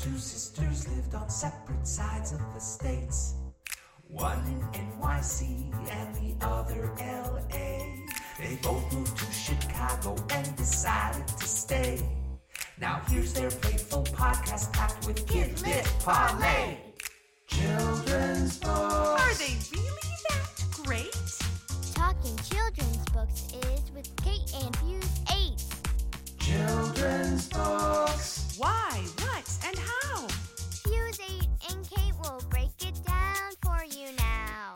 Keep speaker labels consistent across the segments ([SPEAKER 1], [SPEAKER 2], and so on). [SPEAKER 1] Two sisters lived on separate sides of the states. One in NYC and the other LA. They both moved to Chicago and decided to stay. Now here's their playful podcast packed with kid lit parlay. Children's books.
[SPEAKER 2] Are they really that great?
[SPEAKER 3] Talking children's books is with Kate and Fuse 8.
[SPEAKER 1] Children's books.
[SPEAKER 2] Why, what, and how?
[SPEAKER 3] Fuse 8 and Kate will break it down for you now.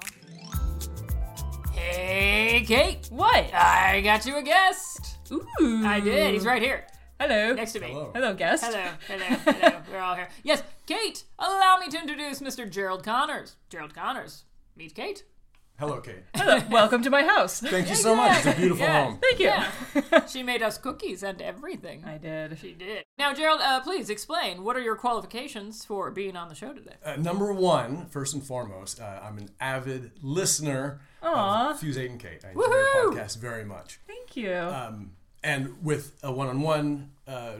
[SPEAKER 4] Hey, Kate.
[SPEAKER 5] What?
[SPEAKER 4] I got you a guest.
[SPEAKER 5] Ooh.
[SPEAKER 4] I did. He's right here,
[SPEAKER 5] Hello.
[SPEAKER 4] next to me. Hello.
[SPEAKER 5] Hello, guest.
[SPEAKER 4] Hello. Hello. Hello. We're all here. Yes, Kate. Allow me to introduce Mr. Gerald Connors. Gerald Connors. Meet Kate.
[SPEAKER 6] Hello, Kate.
[SPEAKER 5] Hello. Welcome to my house. Thank
[SPEAKER 6] Thank you so much. It's a beautiful
[SPEAKER 4] Yes.
[SPEAKER 6] home.
[SPEAKER 5] you.
[SPEAKER 4] She made us cookies and everything.
[SPEAKER 5] I did.
[SPEAKER 4] She did. Now, Gerald, uh, please explain. What are your qualifications for being on the show today?
[SPEAKER 6] Uh, number one, first and foremost, uh, I'm an avid listener
[SPEAKER 5] Aw.
[SPEAKER 6] of Fuse 8 and Kate. I enjoy your
[SPEAKER 4] Woohoo!
[SPEAKER 6] podcast very much.
[SPEAKER 5] Thank you.
[SPEAKER 6] Um, and with a one on one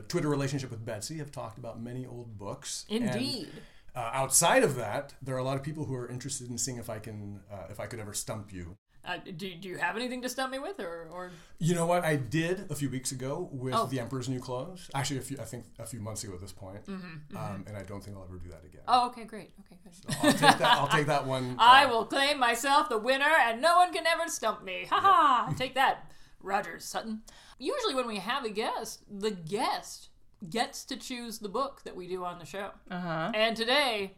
[SPEAKER 6] Twitter relationship with Betsy, I've talked about many old books. And,
[SPEAKER 4] Indeed.
[SPEAKER 6] uh, outside of that, there are a lot of people who are interested in seeing if I can, uh, if I could ever stump you.
[SPEAKER 4] Uh, do, do you have anything to stump me with, or, or
[SPEAKER 6] You know what I did a few weeks ago with
[SPEAKER 4] Oh.
[SPEAKER 6] The Emperor's New Clothes. Actually, a few, I think a few months ago at this point. Um, and I don't think I'll ever do that again.
[SPEAKER 4] Mm-hmm, Oh, okay, great. Okay, good.
[SPEAKER 6] I'll take that. I'll take that one. uh,
[SPEAKER 5] Uh,
[SPEAKER 4] I will claim myself the winner, and no one can ever stump me. Ha ha! Take that, Roger Sutton. Usually, when we have a guest, the guest gets to choose the book that we do on the show. Uh-huh. And today,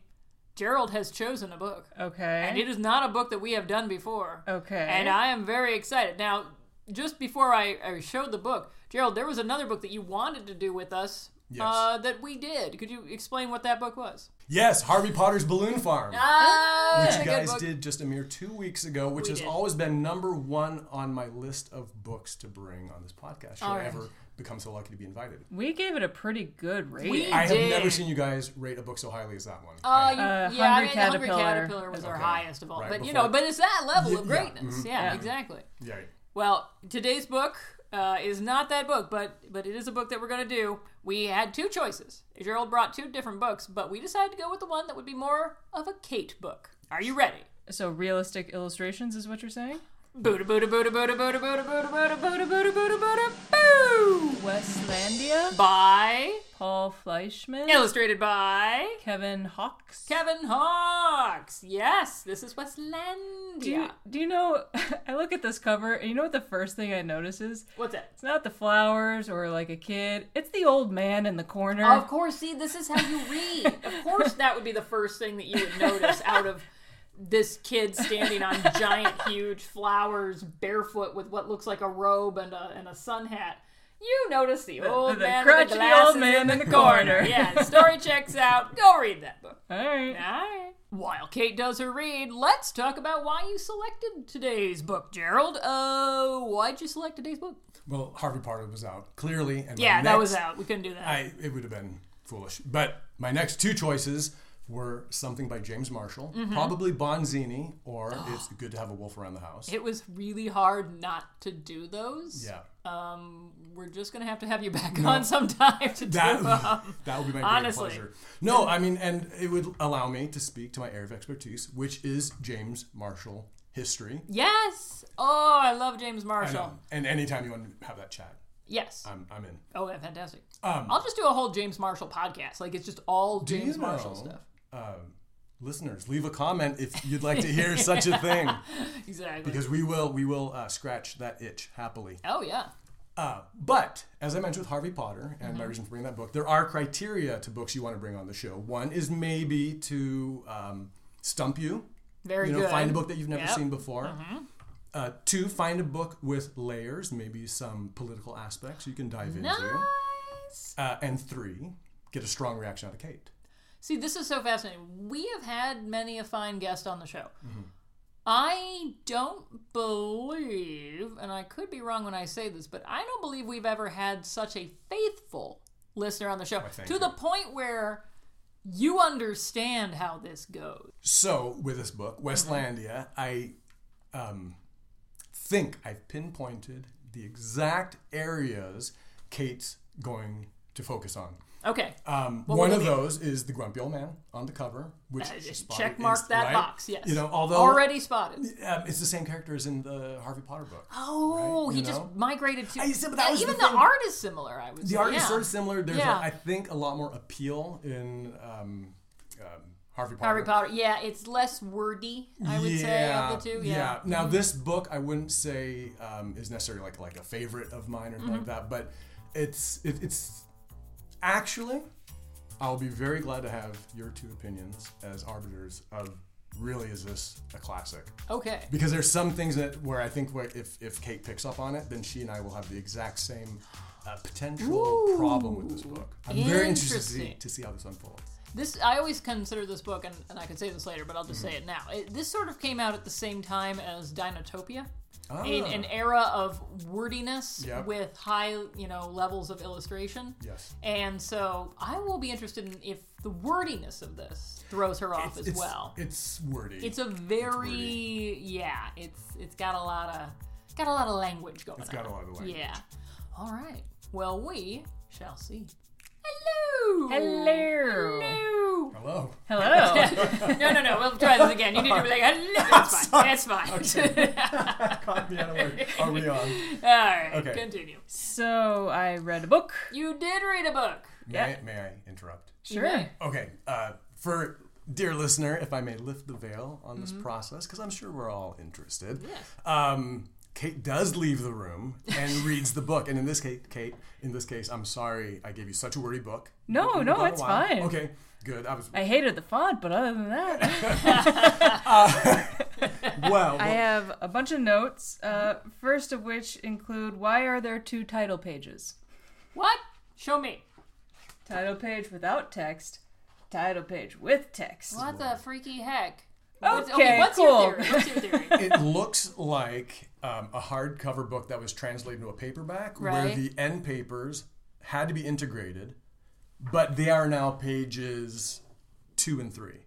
[SPEAKER 4] Gerald has chosen a book, and
[SPEAKER 5] okay.
[SPEAKER 4] it is not a book that we have done before.
[SPEAKER 5] Okay.
[SPEAKER 4] And uh, I am very excited. Now, just before I, I showed the book, Gerald, there was another book that you wanted to do with us.
[SPEAKER 6] Yes.
[SPEAKER 4] Uh, that we did. Could you explain what that book was?
[SPEAKER 6] Yes, Harvey Potter's Balloon Farm,
[SPEAKER 4] Ah,
[SPEAKER 6] which
[SPEAKER 4] it's a
[SPEAKER 6] you
[SPEAKER 4] good
[SPEAKER 6] guys
[SPEAKER 4] book.
[SPEAKER 6] did just a mere two weeks ago, which has
[SPEAKER 4] did.
[SPEAKER 6] always been number one on my list of books to bring on this podcast. Should
[SPEAKER 4] All
[SPEAKER 6] I
[SPEAKER 4] right.
[SPEAKER 6] ever become so lucky to be invited?
[SPEAKER 5] we gave it a pretty good rating.
[SPEAKER 4] We-
[SPEAKER 6] I have
[SPEAKER 4] did.
[SPEAKER 6] never seen you guys rate a book so highly as that one.
[SPEAKER 4] Oh,
[SPEAKER 6] I-
[SPEAKER 4] you,
[SPEAKER 5] Uh,
[SPEAKER 4] yeah, I
[SPEAKER 5] Hungry
[SPEAKER 4] mean, the Hungry
[SPEAKER 5] Caterpillar.
[SPEAKER 4] Caterpillar was our
[SPEAKER 6] Okay.
[SPEAKER 4] highest of all.
[SPEAKER 6] Right
[SPEAKER 4] but you
[SPEAKER 6] before-
[SPEAKER 4] know, but it's that level of
[SPEAKER 6] Yeah, yeah,
[SPEAKER 4] greatness. Yeah,
[SPEAKER 5] Yeah.
[SPEAKER 4] exactly.
[SPEAKER 6] yeah.
[SPEAKER 4] Well, today's book uh, is not that book, but but it is a book that we're going to do. We had two choices. Gerald brought two different books, but we decided to go with the one that would be more of a Kate book. Are you ready?
[SPEAKER 5] So realistic illustrations is what you're saying?
[SPEAKER 4] Buddha, Buddha, Buddha, Buddha, Buddha, Buddha, Buddha, Buddha, Buddha, Buddha, Buddha, Buddha, Boo!
[SPEAKER 5] Westlandia.
[SPEAKER 4] By,
[SPEAKER 5] Paul Fleischman.
[SPEAKER 4] illustrated by
[SPEAKER 5] Kevin Hawks.
[SPEAKER 4] Kevin Hawks. Yes, this is Westlandia.
[SPEAKER 5] do, you, do you know? I look at this cover, and you know what the first thing I notice is?
[SPEAKER 4] What's that?
[SPEAKER 5] It's not the flowers or like a kid. It's the old man in the corner.
[SPEAKER 4] Of course, see, this is how you read. of course, that would be the first thing that you would notice out of this kid standing on giant, huge flowers, barefoot, with what looks like a robe and a, and a sun hat. You notice the old
[SPEAKER 5] the
[SPEAKER 4] man, with the
[SPEAKER 5] crotchety
[SPEAKER 4] glasses
[SPEAKER 5] old man
[SPEAKER 4] in,
[SPEAKER 5] in
[SPEAKER 4] the
[SPEAKER 5] the
[SPEAKER 4] corner.
[SPEAKER 5] corner.
[SPEAKER 4] yeah, story checks out. Go read that book.
[SPEAKER 5] All right.
[SPEAKER 4] All right. While Kate does her read, let's talk about why you selected today's book, Gerald. Uh, why'd you select today's book?
[SPEAKER 6] Well, Harvey Potter was out clearly, and my
[SPEAKER 4] Yeah, that
[SPEAKER 6] next-
[SPEAKER 4] was out. We couldn't do that.
[SPEAKER 6] I it would have been foolish. But my next two choices were something by James Marshall,
[SPEAKER 4] Mm-hmm.
[SPEAKER 6] probably Bonzini, or It's Good to Have a Wolf Around the House.
[SPEAKER 4] It was really hard not to do those.
[SPEAKER 6] yeah.
[SPEAKER 4] We're just gonna have to have you back on sometime to do
[SPEAKER 6] That,
[SPEAKER 4] um,
[SPEAKER 6] that would be my
[SPEAKER 4] honestly.
[SPEAKER 6] great pleasure. No, I mean, and it would allow me to speak to my area of expertise, which is James Marshall history.
[SPEAKER 4] Yes. Oh, I love James
[SPEAKER 6] I
[SPEAKER 4] Marshall.
[SPEAKER 6] know. Um, And anytime you want to have that chat,
[SPEAKER 4] Yes.
[SPEAKER 6] I'm, I'm in.
[SPEAKER 4] oh, yeah, fantastic. I'll just do a whole James Marshall podcast. Like it's just all
[SPEAKER 6] um, Do
[SPEAKER 4] James
[SPEAKER 6] you
[SPEAKER 4] Marshall
[SPEAKER 6] know-
[SPEAKER 4] stuff.
[SPEAKER 6] Listeners, leave a comment if you'd like to hear such a thing,
[SPEAKER 4] Exactly.
[SPEAKER 6] because we will we will uh, scratch that itch happily.
[SPEAKER 4] oh yeah.
[SPEAKER 6] Uh, but as I mentioned with Harvey Potter and my
[SPEAKER 4] Mm-hmm.
[SPEAKER 6] reason for bringing that book, there are criteria to books you want to bring on the show. One is maybe to um, stump you,
[SPEAKER 4] Very
[SPEAKER 6] you know,
[SPEAKER 4] good.
[SPEAKER 6] find a book that you've never
[SPEAKER 4] Yep. Mm-hmm.
[SPEAKER 6] seen before. Uh, two, find a book with layers, maybe some political aspects you can dive into.
[SPEAKER 4] Nice.
[SPEAKER 6] Uh, and three, get a strong reaction out of Kate.
[SPEAKER 4] See, this is so fascinating. We have had many a fine guest on the show.
[SPEAKER 6] Mm-hmm.
[SPEAKER 4] I don't believe, and I could be wrong when I say this, but I don't believe we've ever had such a faithful listener on the show
[SPEAKER 6] thank
[SPEAKER 4] to
[SPEAKER 6] you.
[SPEAKER 4] the point where you understand how this goes.
[SPEAKER 6] So with this book,
[SPEAKER 4] Mm-hmm.
[SPEAKER 6] Westlandia, I um, think I've pinpointed the exact areas Kate's going to focus on.
[SPEAKER 4] Okay.
[SPEAKER 6] Um,
[SPEAKER 4] What
[SPEAKER 6] one
[SPEAKER 4] would
[SPEAKER 6] of
[SPEAKER 4] it be?
[SPEAKER 6] those is the grumpy old man on the cover, which
[SPEAKER 4] Uh,
[SPEAKER 6] she
[SPEAKER 4] just
[SPEAKER 6] spotted
[SPEAKER 4] check mark
[SPEAKER 6] inst-
[SPEAKER 4] that
[SPEAKER 6] right?
[SPEAKER 4] box. Yes.
[SPEAKER 6] you know, although
[SPEAKER 4] already spotted.
[SPEAKER 6] um, it's the same character as in the Harvey Potter book.
[SPEAKER 4] Oh,
[SPEAKER 6] Right,
[SPEAKER 4] he
[SPEAKER 6] you
[SPEAKER 4] just
[SPEAKER 6] know?
[SPEAKER 4] migrated to.
[SPEAKER 6] I see, but
[SPEAKER 4] Uh,
[SPEAKER 6] that was the
[SPEAKER 4] even the,
[SPEAKER 6] thing.
[SPEAKER 4] art is similar. I would say.
[SPEAKER 6] The art is
[SPEAKER 4] Yeah.
[SPEAKER 6] sort of similar. There's,
[SPEAKER 4] Yeah.
[SPEAKER 6] a, I think, a lot more appeal in um, um, Harvey Potter.
[SPEAKER 4] Harry Potter. Yeah, it's less wordy. I would say of the two. Yeah. Mm-hmm.
[SPEAKER 6] Now this book, I wouldn't say um, is necessarily like like a favorite of mine or anything
[SPEAKER 4] Mm-hmm.
[SPEAKER 6] like that, but it's it, it's actually, I'll be very glad to have your two opinions as arbiters of really is this a classic
[SPEAKER 4] Okay.
[SPEAKER 6] because there's some things that where I think where if if Kate picks up on it, then she and I will have the exact same. Uh, potential problem with this book. I'm very interested to see,
[SPEAKER 4] Interesting.
[SPEAKER 6] to see how this unfolds.
[SPEAKER 4] This I always consider this book, and, and I could say this later, but I'll just say it now. It, this sort of came out at the same time as Dinotopia, in
[SPEAKER 6] Ah.
[SPEAKER 4] an era of wordiness
[SPEAKER 6] Yep.
[SPEAKER 4] with high, you know, levels of illustration.
[SPEAKER 6] Yes.
[SPEAKER 4] And so I will be interested in if the wordiness of this throws her off as
[SPEAKER 6] it's,
[SPEAKER 4] well.
[SPEAKER 6] It's wordy.
[SPEAKER 4] It's a
[SPEAKER 6] wordy.
[SPEAKER 4] very yeah. It's it's got a lot of it's got a lot of language going.
[SPEAKER 6] it's
[SPEAKER 4] on.
[SPEAKER 6] got a lot of language.
[SPEAKER 4] Yeah. All right. Well, we shall see. Hello.
[SPEAKER 5] Hello.
[SPEAKER 4] Hello.
[SPEAKER 6] Hello.
[SPEAKER 5] Hello.
[SPEAKER 4] no, no, no. We'll try this again. You need to be like, hello. It's fine. It's fine.
[SPEAKER 6] Caught me out of work. Are we on?
[SPEAKER 4] All right.
[SPEAKER 6] Okay.
[SPEAKER 4] Continue.
[SPEAKER 5] so I read a book.
[SPEAKER 4] You did read a book.
[SPEAKER 6] May, may I interrupt?
[SPEAKER 4] You may.
[SPEAKER 6] Okay. Uh, for dear listener, if I may lift the veil on
[SPEAKER 5] Mm-hmm.
[SPEAKER 6] this process, because I'm sure we're all interested. Um, Kate does leave the room and reads the book, and in this case, Kate, in this case, I'm sorry I gave you such a wordy book.
[SPEAKER 5] No,
[SPEAKER 6] You've
[SPEAKER 5] no,
[SPEAKER 6] gone a
[SPEAKER 5] it's
[SPEAKER 6] while.
[SPEAKER 5] fine.
[SPEAKER 6] Okay, good. I was
[SPEAKER 5] I hated the font, but other than that,
[SPEAKER 6] well.
[SPEAKER 5] I
[SPEAKER 6] well,
[SPEAKER 5] have a bunch of notes. Uh, first of which include why are there two title pages?
[SPEAKER 4] What? Show me.
[SPEAKER 5] Title page without text. Title page with text.
[SPEAKER 4] What the freaky heck? What's,
[SPEAKER 5] Okay,
[SPEAKER 4] okay, what's
[SPEAKER 5] cool.
[SPEAKER 4] your theory? What's your theory?
[SPEAKER 6] it looks like um, a hardcover book that was translated into a paperback where
[SPEAKER 4] Right.
[SPEAKER 6] the end papers had to be integrated, but they are now pages two and three.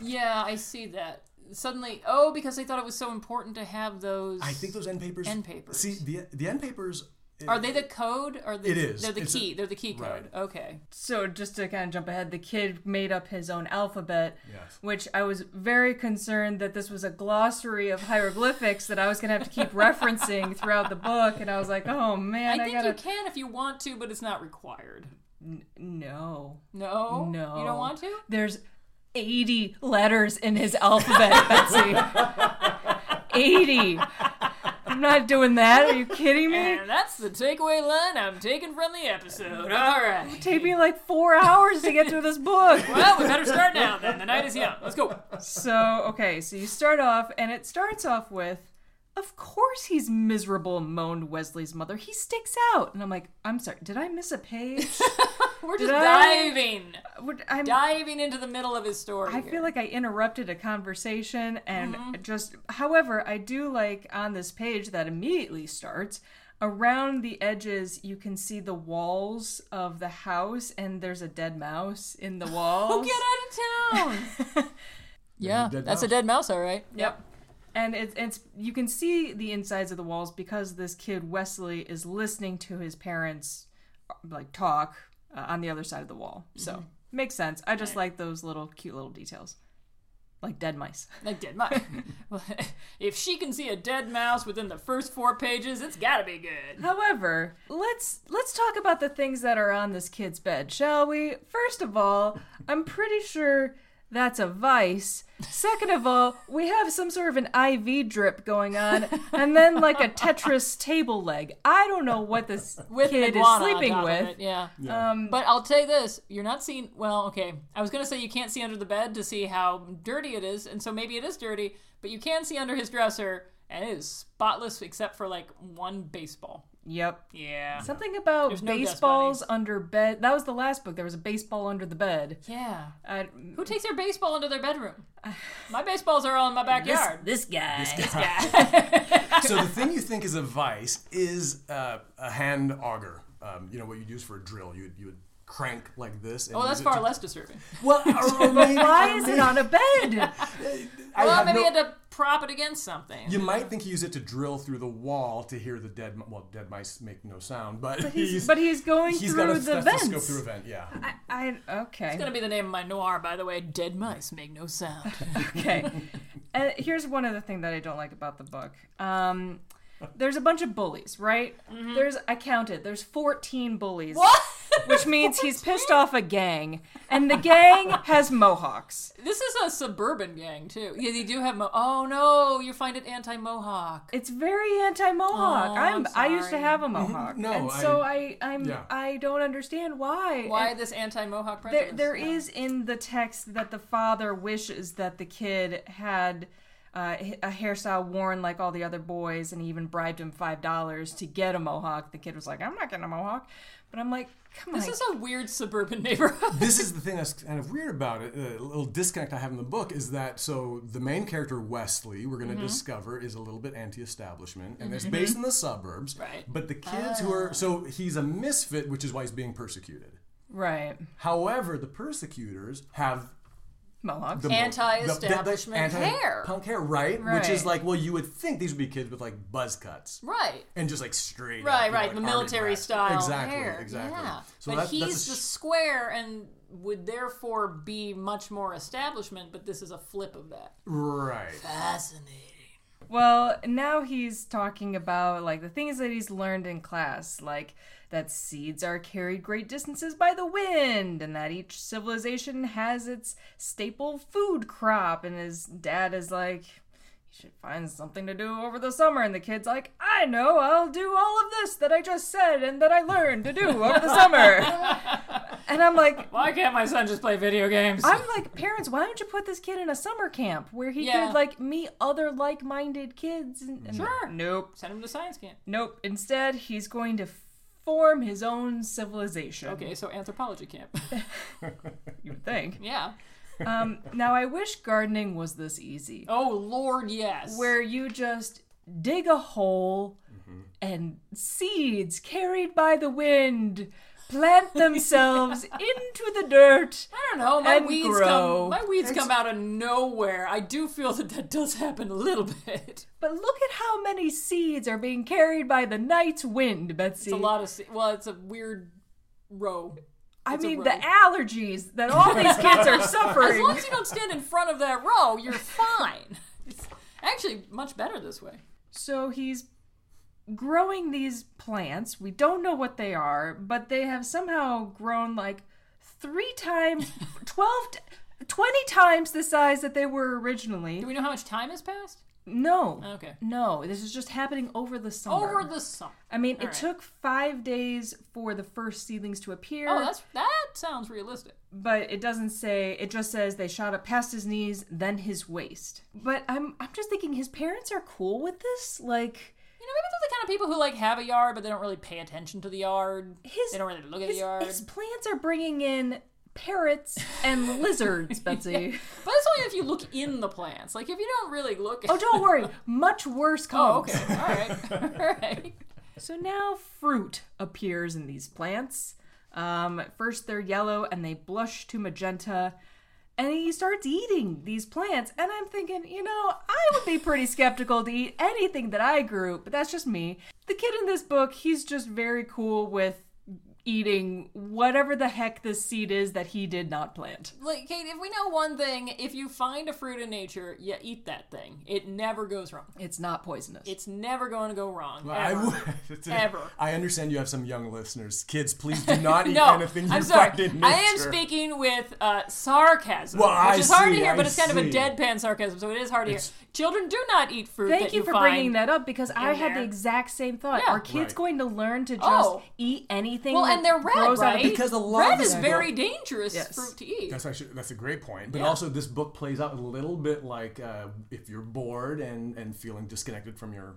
[SPEAKER 4] yeah, I see that. Suddenly, oh, because they thought it was so important to have those.
[SPEAKER 6] I think those end papers.
[SPEAKER 4] End papers.
[SPEAKER 6] See, the, the end papers. it-
[SPEAKER 4] Are they the code? Are they,
[SPEAKER 6] It is.
[SPEAKER 4] They're the
[SPEAKER 6] It's a-
[SPEAKER 4] key. they're the key code.
[SPEAKER 6] Right.
[SPEAKER 4] Okay.
[SPEAKER 5] So just to kind of jump ahead, the kid made up his own alphabet,
[SPEAKER 6] Yes.
[SPEAKER 5] which I was very concerned that this was a glossary of hieroglyphics that I was gonna have to keep referencing throughout the book, and I was like, oh man,
[SPEAKER 4] I
[SPEAKER 5] I,
[SPEAKER 4] think
[SPEAKER 5] gotta
[SPEAKER 4] you can if you want to, but it's not required.
[SPEAKER 5] no,
[SPEAKER 4] No?
[SPEAKER 5] no.
[SPEAKER 4] You don't want to?
[SPEAKER 5] There's 80 letters in his alphabet, Betsy. 80. I'm not doing that. Are you kidding me?
[SPEAKER 4] And that's the takeaway line I'm taking from the episode. All right.
[SPEAKER 5] Take me like four hours to get through this book.
[SPEAKER 4] Well, we better start now then. The night is young. Let's go.
[SPEAKER 5] So, okay, so you start off, and it starts off with, Of course he's miserable, moaned Wesley's mother. He sticks out. And I'm like, I'm sorry, did I miss a page?
[SPEAKER 4] We're just
[SPEAKER 5] Did I-
[SPEAKER 4] diving,
[SPEAKER 5] Would- I'm,
[SPEAKER 4] diving into the middle of his story.
[SPEAKER 5] I
[SPEAKER 4] here. Mm-hmm.
[SPEAKER 5] feel like I interrupted a conversation and just however, I do like on this page that immediately starts around the edges you can see the walls of the house and there's a dead mouse in the walls.
[SPEAKER 4] Oh, Get out of town. yeah,
[SPEAKER 6] Dead
[SPEAKER 4] that's a
[SPEAKER 6] mouse.
[SPEAKER 4] dead mouse, all right.
[SPEAKER 5] Yep. And it, it's you can see the insides of the walls because this kid Wesley is listening to his parents like talk uh, on the other side of the wall. So,
[SPEAKER 4] Mm-hmm.
[SPEAKER 5] makes sense. I just like those little cute little details. Like dead mice.
[SPEAKER 4] Like dead mouse. Well, if she can see a dead mouse within the first four pages, it's got to be good.
[SPEAKER 5] However, let's let's talk about the things that are on this kid's bed, shall we? First of all, I'm pretty sure that's a vice. Second of all, we have some sort of an IV drip going on, and then like a Tetris table leg. I don't know what this
[SPEAKER 4] With an
[SPEAKER 5] kid is
[SPEAKER 4] iguana on
[SPEAKER 5] sleeping
[SPEAKER 4] top of
[SPEAKER 5] with.
[SPEAKER 4] it, yeah.
[SPEAKER 5] Um,
[SPEAKER 4] But I'll tell you this: you're not seeing. Well, okay. I was gonna say you can't see under the bed to see how dirty it is, and so maybe it is dirty. But you can see under his dresser, and it is spotless except for like one baseball.
[SPEAKER 5] yep.
[SPEAKER 4] Yeah.
[SPEAKER 5] Something about
[SPEAKER 4] There's no dust
[SPEAKER 5] baseballs under bed. That was the last book. There was a baseball under the bed.
[SPEAKER 4] Yeah.
[SPEAKER 5] I,
[SPEAKER 4] Who takes their baseball into their bedroom? My baseballs are all in my backyard.
[SPEAKER 5] this guy.
[SPEAKER 6] so the thing you think is a vice is uh, a hand auger. Um, you know what you'd use for a drill. You'd you would crank like this. And
[SPEAKER 4] well, Oh, that's
[SPEAKER 6] use it
[SPEAKER 4] far
[SPEAKER 6] to-
[SPEAKER 4] less disturbing.
[SPEAKER 6] Well, or, or maybe,
[SPEAKER 5] Why is it on a bed?
[SPEAKER 6] I
[SPEAKER 4] well,
[SPEAKER 6] have
[SPEAKER 4] maybe
[SPEAKER 6] no-
[SPEAKER 4] you had to prop it against something.
[SPEAKER 6] You might think he used it to drill through the wall to hear the dead. mi- Well, dead mice make no sound, but, he's
[SPEAKER 5] but he's going
[SPEAKER 6] he's
[SPEAKER 5] through
[SPEAKER 6] got a
[SPEAKER 5] the
[SPEAKER 6] stethoscope
[SPEAKER 5] vents.
[SPEAKER 6] through a vent. Yeah,
[SPEAKER 5] I, I okay.
[SPEAKER 4] It's gonna be the name of my noir, by the way. Dead mice make no sound.
[SPEAKER 5] okay. And here's one other thing that I don't like about the book. Um, there's a bunch of bullies, right? There's I counted. There's 14 bullies.
[SPEAKER 4] Mm-hmm. What?
[SPEAKER 5] Which means he's pissed off a gang, and the gang has mohawks.
[SPEAKER 4] This is a suburban gang too. Yeah, they do have. Mo- oh no, you find it anti-Mohawk.
[SPEAKER 5] It's very anti-mohawk.
[SPEAKER 4] Oh, I'm
[SPEAKER 5] I'm, I used to
[SPEAKER 4] sorry.
[SPEAKER 5] have a mohawk,
[SPEAKER 6] no,
[SPEAKER 5] and
[SPEAKER 6] I-
[SPEAKER 5] so I I'm
[SPEAKER 6] yeah.
[SPEAKER 5] I don't understand why.
[SPEAKER 4] Why
[SPEAKER 5] And
[SPEAKER 4] this anti-Mohawk
[SPEAKER 5] there
[SPEAKER 4] prejudice?
[SPEAKER 5] there is in the text that the father wishes that the kid had uh, a hairstyle worn like all the other boys, and he even bribed him five dollars to get a mohawk. The kid was like, "I'm not getting a mohawk," but I'm like, "Come
[SPEAKER 4] This
[SPEAKER 5] on."
[SPEAKER 4] is a weird suburban neighborhood.
[SPEAKER 6] this is the thing that's kind of weird about it. uh, A little disconnect I have in the book is that so the main character Wesley, we're
[SPEAKER 4] Mm-hmm.
[SPEAKER 6] going to discover, is a little bit anti-establishment, and it's based in the suburbs.
[SPEAKER 4] Right.
[SPEAKER 6] But the kids who are so he's a misfit, which is why he's being persecuted.
[SPEAKER 5] right,
[SPEAKER 6] However, the persecutors have
[SPEAKER 5] mohawks.
[SPEAKER 6] the mo-
[SPEAKER 4] Anti-establishment
[SPEAKER 6] the- the- anti-
[SPEAKER 4] hair.
[SPEAKER 6] punk hair, right? Which
[SPEAKER 5] Right.
[SPEAKER 6] is like, well, you would think these would be kids with like buzz cuts
[SPEAKER 4] right.
[SPEAKER 6] and just like straight, up,
[SPEAKER 4] Right,
[SPEAKER 6] you know,
[SPEAKER 4] right,
[SPEAKER 6] like
[SPEAKER 4] the
[SPEAKER 6] army
[SPEAKER 4] military
[SPEAKER 6] brass.
[SPEAKER 4] style
[SPEAKER 6] exactly,
[SPEAKER 4] hair.
[SPEAKER 6] exactly.
[SPEAKER 4] Yeah.
[SPEAKER 6] So
[SPEAKER 4] but
[SPEAKER 6] that-
[SPEAKER 4] he's
[SPEAKER 6] that's a
[SPEAKER 4] the
[SPEAKER 6] sh-
[SPEAKER 4] square and would therefore be much more establishment, but this is a flip of that.
[SPEAKER 6] right.
[SPEAKER 4] Fascinating.
[SPEAKER 5] Well, now he's talking about like the things that he's learned in class, like that seeds are carried great distances by the wind, and that each civilization has its staple food crop. And his dad is like, "You should find something to do over the summer." And the kid's like, "I know, I'll do all of this that I just said and that I learned to do over the summer." and I'm like,
[SPEAKER 4] Why can't my son just play video games?
[SPEAKER 5] I'm like, parents, why don't you put this kid in a summer camp where he
[SPEAKER 4] Yeah.
[SPEAKER 5] could like meet other like-minded kids? And, and-
[SPEAKER 4] Sure.
[SPEAKER 5] Nope.
[SPEAKER 4] Send him to science camp.
[SPEAKER 5] Nope. Instead, he's going to form his own civilization.
[SPEAKER 4] Okay, so anthropology camp.
[SPEAKER 5] You would think.
[SPEAKER 4] yeah.
[SPEAKER 5] um, now, I wish gardening was this easy,
[SPEAKER 4] Oh Lord, yes.
[SPEAKER 5] where you just dig a hole
[SPEAKER 4] Mm-hmm.
[SPEAKER 5] and seeds carried by the wind plant themselves into the dirt.
[SPEAKER 4] I don't know. My
[SPEAKER 5] and
[SPEAKER 4] weeds
[SPEAKER 5] grow.
[SPEAKER 4] come. My weeds come out of nowhere. I do feel that that does happen a little bit.
[SPEAKER 5] But look at how many seeds are being carried by the night's wind, Betsy.
[SPEAKER 4] It's a lot of. se- Well, it's a weird row.
[SPEAKER 5] I
[SPEAKER 4] a
[SPEAKER 5] mean,
[SPEAKER 4] row.
[SPEAKER 5] the allergies that all these kids are
[SPEAKER 4] As
[SPEAKER 5] suffering.
[SPEAKER 4] long as you don't stand in front of that row, you're fine. It's actually much better this way.
[SPEAKER 5] So he's growing these plants. We don't know what they are, but they have somehow grown like three times, 12, t- 20 times the size that they were originally.
[SPEAKER 4] Do we know how much time has passed?
[SPEAKER 5] No.
[SPEAKER 4] Okay.
[SPEAKER 5] No, this is just happening over the summer.
[SPEAKER 4] Over the summer.
[SPEAKER 5] I mean, it
[SPEAKER 4] right.
[SPEAKER 5] took five days for the first seedlings to appear.
[SPEAKER 4] Oh, that's that sounds realistic.
[SPEAKER 5] but it doesn't say it just says they shot up past his knees then his waist but i'm i'm just thinking his parents are cool with this like
[SPEAKER 4] You know, maybe they're the kind of people who like have a yard, but they don't really pay attention to the yard.
[SPEAKER 5] his
[SPEAKER 4] they don't really look at
[SPEAKER 5] his,
[SPEAKER 4] the yard.
[SPEAKER 5] his plants are bringing in parrots and lizards betsy
[SPEAKER 4] But that's only if you look in the plants. Like if you don't really look.
[SPEAKER 5] oh don't worry much worse comes
[SPEAKER 4] Oh, okay. All right. All right.
[SPEAKER 5] so now fruit appears in these plants um at first they're yellow and they blush to magenta and he starts eating these plants and i'm thinking you know i would be pretty skeptical to eat anything that i grew but that's just me the kid in this book he's just very cool with eating whatever the heck this seed is that he did not plant
[SPEAKER 4] Like, Kate, if we know one thing, if you find a fruit in nature, you eat that thing. It never goes wrong.
[SPEAKER 5] it's not poisonous
[SPEAKER 4] It's never going to go wrong.
[SPEAKER 6] I
[SPEAKER 4] ever.
[SPEAKER 6] would-
[SPEAKER 4] Ever.
[SPEAKER 6] I understand you have some young listeners. Kids, please do not eat
[SPEAKER 4] no,
[SPEAKER 6] anything you
[SPEAKER 4] I'm sorry.
[SPEAKER 6] find in nature.
[SPEAKER 4] I am speaking with uh, sarcasm,
[SPEAKER 6] Well, I
[SPEAKER 4] which is hard to
[SPEAKER 6] see,
[SPEAKER 4] hear, but
[SPEAKER 6] I
[SPEAKER 4] it's kind of a
[SPEAKER 6] see.
[SPEAKER 4] deadpan sarcasm, so it is hard to
[SPEAKER 6] It's-
[SPEAKER 4] hear. Children do not eat fruit.
[SPEAKER 5] Thank
[SPEAKER 4] that
[SPEAKER 5] you for
[SPEAKER 4] find.
[SPEAKER 5] bringing that up because I had
[SPEAKER 4] there.
[SPEAKER 5] the exact same thought.
[SPEAKER 4] Yeah.
[SPEAKER 5] Are kids
[SPEAKER 6] Right.
[SPEAKER 5] going to learn to just
[SPEAKER 4] Oh.
[SPEAKER 5] eat anything?
[SPEAKER 4] Well,
[SPEAKER 5] that
[SPEAKER 4] and they're red,
[SPEAKER 5] grows out of-
[SPEAKER 4] right?
[SPEAKER 6] because a lot of
[SPEAKER 4] red
[SPEAKER 6] this
[SPEAKER 4] is
[SPEAKER 6] book-
[SPEAKER 4] very dangerous
[SPEAKER 5] Yes.
[SPEAKER 4] fruit to eat.
[SPEAKER 6] That's actually that's a great point. But
[SPEAKER 4] Yeah.
[SPEAKER 6] also, this book plays out a little bit like uh, if you're bored and and feeling disconnected from your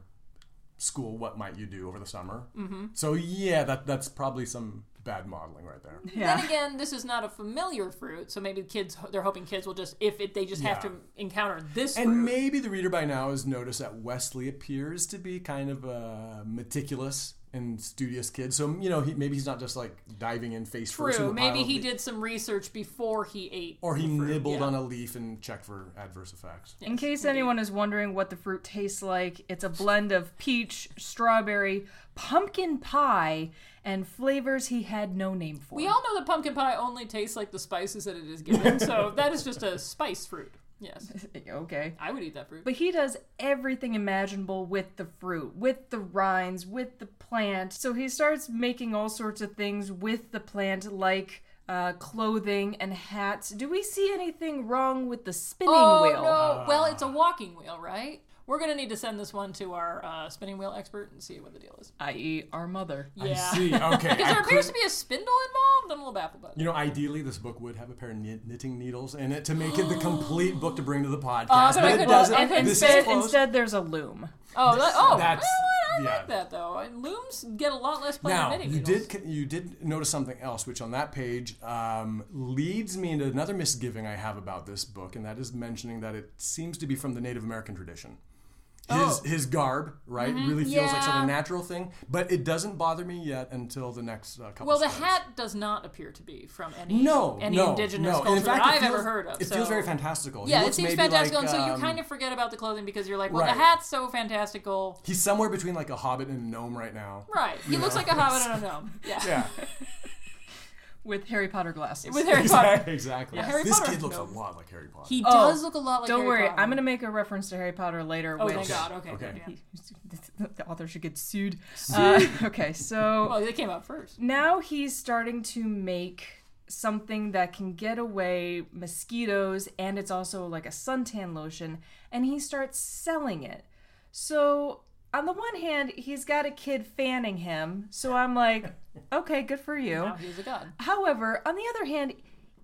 [SPEAKER 6] school, what might you do over the summer? Mm-hmm. So yeah, that that's probably some bad modeling right there.
[SPEAKER 5] Yeah.
[SPEAKER 4] Then again, this is not a familiar fruit, so maybe kids they're hoping kids will just if it, they just have
[SPEAKER 6] Yeah.
[SPEAKER 4] to encounter this fruit.
[SPEAKER 6] And maybe the reader by now has noticed that Wesley appears to be kind of uh, meticulous and studious kid. So you know, he maybe he's not just like diving in face first. into
[SPEAKER 4] True.
[SPEAKER 6] a
[SPEAKER 4] Maybe
[SPEAKER 6] pile of
[SPEAKER 4] he
[SPEAKER 6] le-
[SPEAKER 4] did some research before he ate.
[SPEAKER 6] or he nibbled
[SPEAKER 4] yeah.
[SPEAKER 6] on a leaf and checked for adverse effects.
[SPEAKER 5] In case anyone is wondering what the fruit tastes like, it's a blend of peach, strawberry, pumpkin pie, and flavors he had no name for.
[SPEAKER 4] We all know that pumpkin pie only tastes like the spices that it is given, so that is just a spice fruit. Yes,
[SPEAKER 5] okay.
[SPEAKER 4] I would eat that fruit.
[SPEAKER 5] But he does everything imaginable with the fruit, with the rinds, with the plant. So he starts making all sorts of things with the plant, like uh, clothing and hats. Do we see anything wrong with the spinning
[SPEAKER 4] oh
[SPEAKER 5] wheel?
[SPEAKER 6] Ah.
[SPEAKER 4] no! Well, it's a walking wheel, right? We're gonna need to send this one to our uh, spinning wheel expert and see what the deal is.
[SPEAKER 5] I.e., E, our mother.
[SPEAKER 4] Yeah.
[SPEAKER 6] I see. Okay.
[SPEAKER 4] Because
[SPEAKER 6] I
[SPEAKER 4] there appears to
[SPEAKER 6] could-
[SPEAKER 4] be a spindle involved. I'm a little baffled by that.
[SPEAKER 6] you know, ideally, this book would have a pair of knit, knitting needles in it to make it the complete book to bring to the podcast,
[SPEAKER 4] Oh, so I
[SPEAKER 6] but it
[SPEAKER 4] could-
[SPEAKER 6] doesn't.
[SPEAKER 4] I could
[SPEAKER 6] this
[SPEAKER 4] fit
[SPEAKER 6] is close.
[SPEAKER 5] Instead, there's a loom.
[SPEAKER 4] Oh, that, oh,
[SPEAKER 6] that's-
[SPEAKER 4] well, I
[SPEAKER 6] yeah.
[SPEAKER 4] like that though. And looms get a lot less play
[SPEAKER 6] Now
[SPEAKER 4] than knitting
[SPEAKER 6] you
[SPEAKER 4] needles.
[SPEAKER 6] did con- you did notice something else, which on that page um, leads me into another misgiving I have about this book, and that is mentioning that it seems to be from the Native American tradition. His his garb, right, really feels like
[SPEAKER 4] Oh.
[SPEAKER 6] sort
[SPEAKER 4] Mm-hmm. yeah.
[SPEAKER 6] of natural thing, but it doesn't bother me yet until the next uh, couple.
[SPEAKER 4] Well, the
[SPEAKER 6] stories.
[SPEAKER 4] hat does not appear to be from any
[SPEAKER 6] No,
[SPEAKER 4] any
[SPEAKER 6] no,
[SPEAKER 4] indigenous
[SPEAKER 6] no. And
[SPEAKER 4] culture
[SPEAKER 6] in fact,
[SPEAKER 4] that
[SPEAKER 6] it
[SPEAKER 4] I've ever
[SPEAKER 6] feels-
[SPEAKER 4] heard of.
[SPEAKER 6] It
[SPEAKER 4] so.
[SPEAKER 6] feels very fantastical. He
[SPEAKER 4] Yeah, it
[SPEAKER 6] looks
[SPEAKER 4] seems
[SPEAKER 6] maybe
[SPEAKER 4] fantastical,
[SPEAKER 6] like,
[SPEAKER 4] and so you
[SPEAKER 6] um,
[SPEAKER 4] kind of forget about the clothing because you're like, well,
[SPEAKER 6] right.
[SPEAKER 4] the hat's so fantastical.
[SPEAKER 6] he's somewhere between like a hobbit and a gnome right now.
[SPEAKER 4] Right. He looks like a hobbit and a gnome. Yeah.
[SPEAKER 6] Yeah,
[SPEAKER 5] with Harry Potter glasses.
[SPEAKER 4] With Harry Potter.
[SPEAKER 6] exactly. exactly.
[SPEAKER 4] Harry
[SPEAKER 6] this
[SPEAKER 4] Potter
[SPEAKER 6] kid looks
[SPEAKER 4] gnome.
[SPEAKER 6] a lot like Harry Potter.
[SPEAKER 4] He
[SPEAKER 5] Oh,
[SPEAKER 4] does look a lot like
[SPEAKER 5] Don't
[SPEAKER 4] Harry
[SPEAKER 5] worry,
[SPEAKER 4] Potter.
[SPEAKER 5] I'm gonna make a reference to Harry Potter later.
[SPEAKER 4] Oh,
[SPEAKER 5] which
[SPEAKER 4] thank God. Okay.
[SPEAKER 6] Okay.
[SPEAKER 4] good, yeah.
[SPEAKER 5] the author should get sued. Uh, okay, so
[SPEAKER 4] Well, they came out first.
[SPEAKER 5] now he's starting to make something that can get away mosquitoes, and it's also like a suntan lotion, and he starts selling it. So on the one hand, he's got a kid fanning him, so I'm like, okay, good for you.
[SPEAKER 4] Now he's a god.
[SPEAKER 5] However, on the other hand,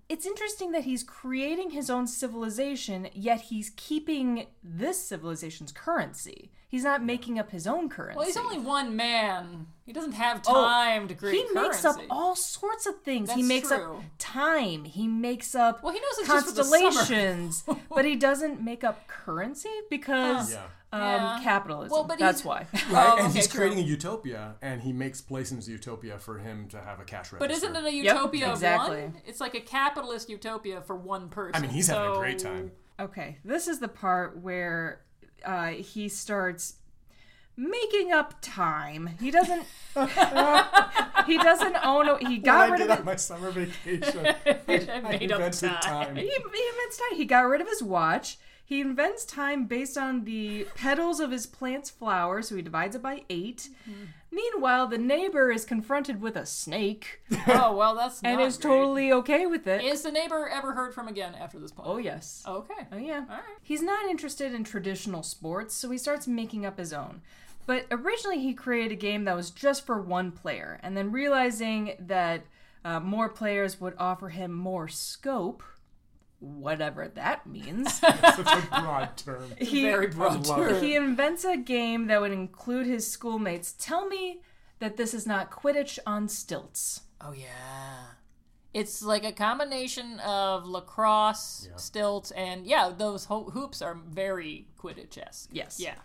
[SPEAKER 5] it's interesting that he's creating his own civilization, yet he's keeping this civilization's currency. He's not making up his own currency.
[SPEAKER 4] Well, he's only one man. He doesn't have time to create
[SPEAKER 5] Oh, he makes up
[SPEAKER 4] currency.
[SPEAKER 5] all sorts of things. he
[SPEAKER 4] That's
[SPEAKER 5] makes up
[SPEAKER 4] true.
[SPEAKER 5] time. He makes up
[SPEAKER 4] Well, he knows it's just for the summer.
[SPEAKER 5] constellations, but he doesn't make up currency because
[SPEAKER 6] Huh.
[SPEAKER 5] um,
[SPEAKER 4] Yeah.
[SPEAKER 5] capitalism.
[SPEAKER 4] Well, but
[SPEAKER 5] that's
[SPEAKER 4] he's-
[SPEAKER 5] why.
[SPEAKER 6] Right,
[SPEAKER 4] Oh,
[SPEAKER 6] and
[SPEAKER 4] okay,
[SPEAKER 6] he's
[SPEAKER 4] true.
[SPEAKER 6] creating a utopia, and he makes Playson's utopia for him to have a cash register.
[SPEAKER 4] But isn't it a utopia
[SPEAKER 5] exactly.
[SPEAKER 4] of one? It's like a capitalist utopia for one person.
[SPEAKER 6] I mean, he's having a
[SPEAKER 4] so-
[SPEAKER 6] great time.
[SPEAKER 5] Okay, this is the part where uh, he starts making up time. He doesn't. he doesn't own. A, he got
[SPEAKER 6] I
[SPEAKER 5] rid
[SPEAKER 6] did
[SPEAKER 5] of
[SPEAKER 6] on
[SPEAKER 5] it.
[SPEAKER 6] my summer vacation. I
[SPEAKER 4] made up
[SPEAKER 6] invented
[SPEAKER 4] time.
[SPEAKER 5] He, he invents time. He got rid of his watch. He invents time based on the petals of his plant's flower, so he divides it by 8
[SPEAKER 4] Mm-hmm.
[SPEAKER 5] Meanwhile, the neighbor is confronted with a snake
[SPEAKER 4] Oh well, that's
[SPEAKER 5] and
[SPEAKER 4] not
[SPEAKER 5] is
[SPEAKER 4] great.
[SPEAKER 5] totally okay with it.
[SPEAKER 4] Is the neighbor ever heard from again after this point?
[SPEAKER 5] oh yes.
[SPEAKER 4] Okay.
[SPEAKER 5] Oh yeah.
[SPEAKER 4] right.
[SPEAKER 5] He's not interested in traditional sports, so he starts making up his own. But originally, he created a game that was just for one player, and then realizing that uh, more players would offer him more scope, whatever that means,
[SPEAKER 6] Such a broad term.
[SPEAKER 5] he,
[SPEAKER 4] Very broad
[SPEAKER 6] I love
[SPEAKER 4] term.
[SPEAKER 5] he invents a game that would include his schoolmates. Tell me that this is not Quidditch on stilts.
[SPEAKER 4] Oh yeah. It's like a combination of lacrosse, stilts, and yeah, those ho- hoops are very Quidditch-esque.
[SPEAKER 5] Yes.
[SPEAKER 4] Yeah.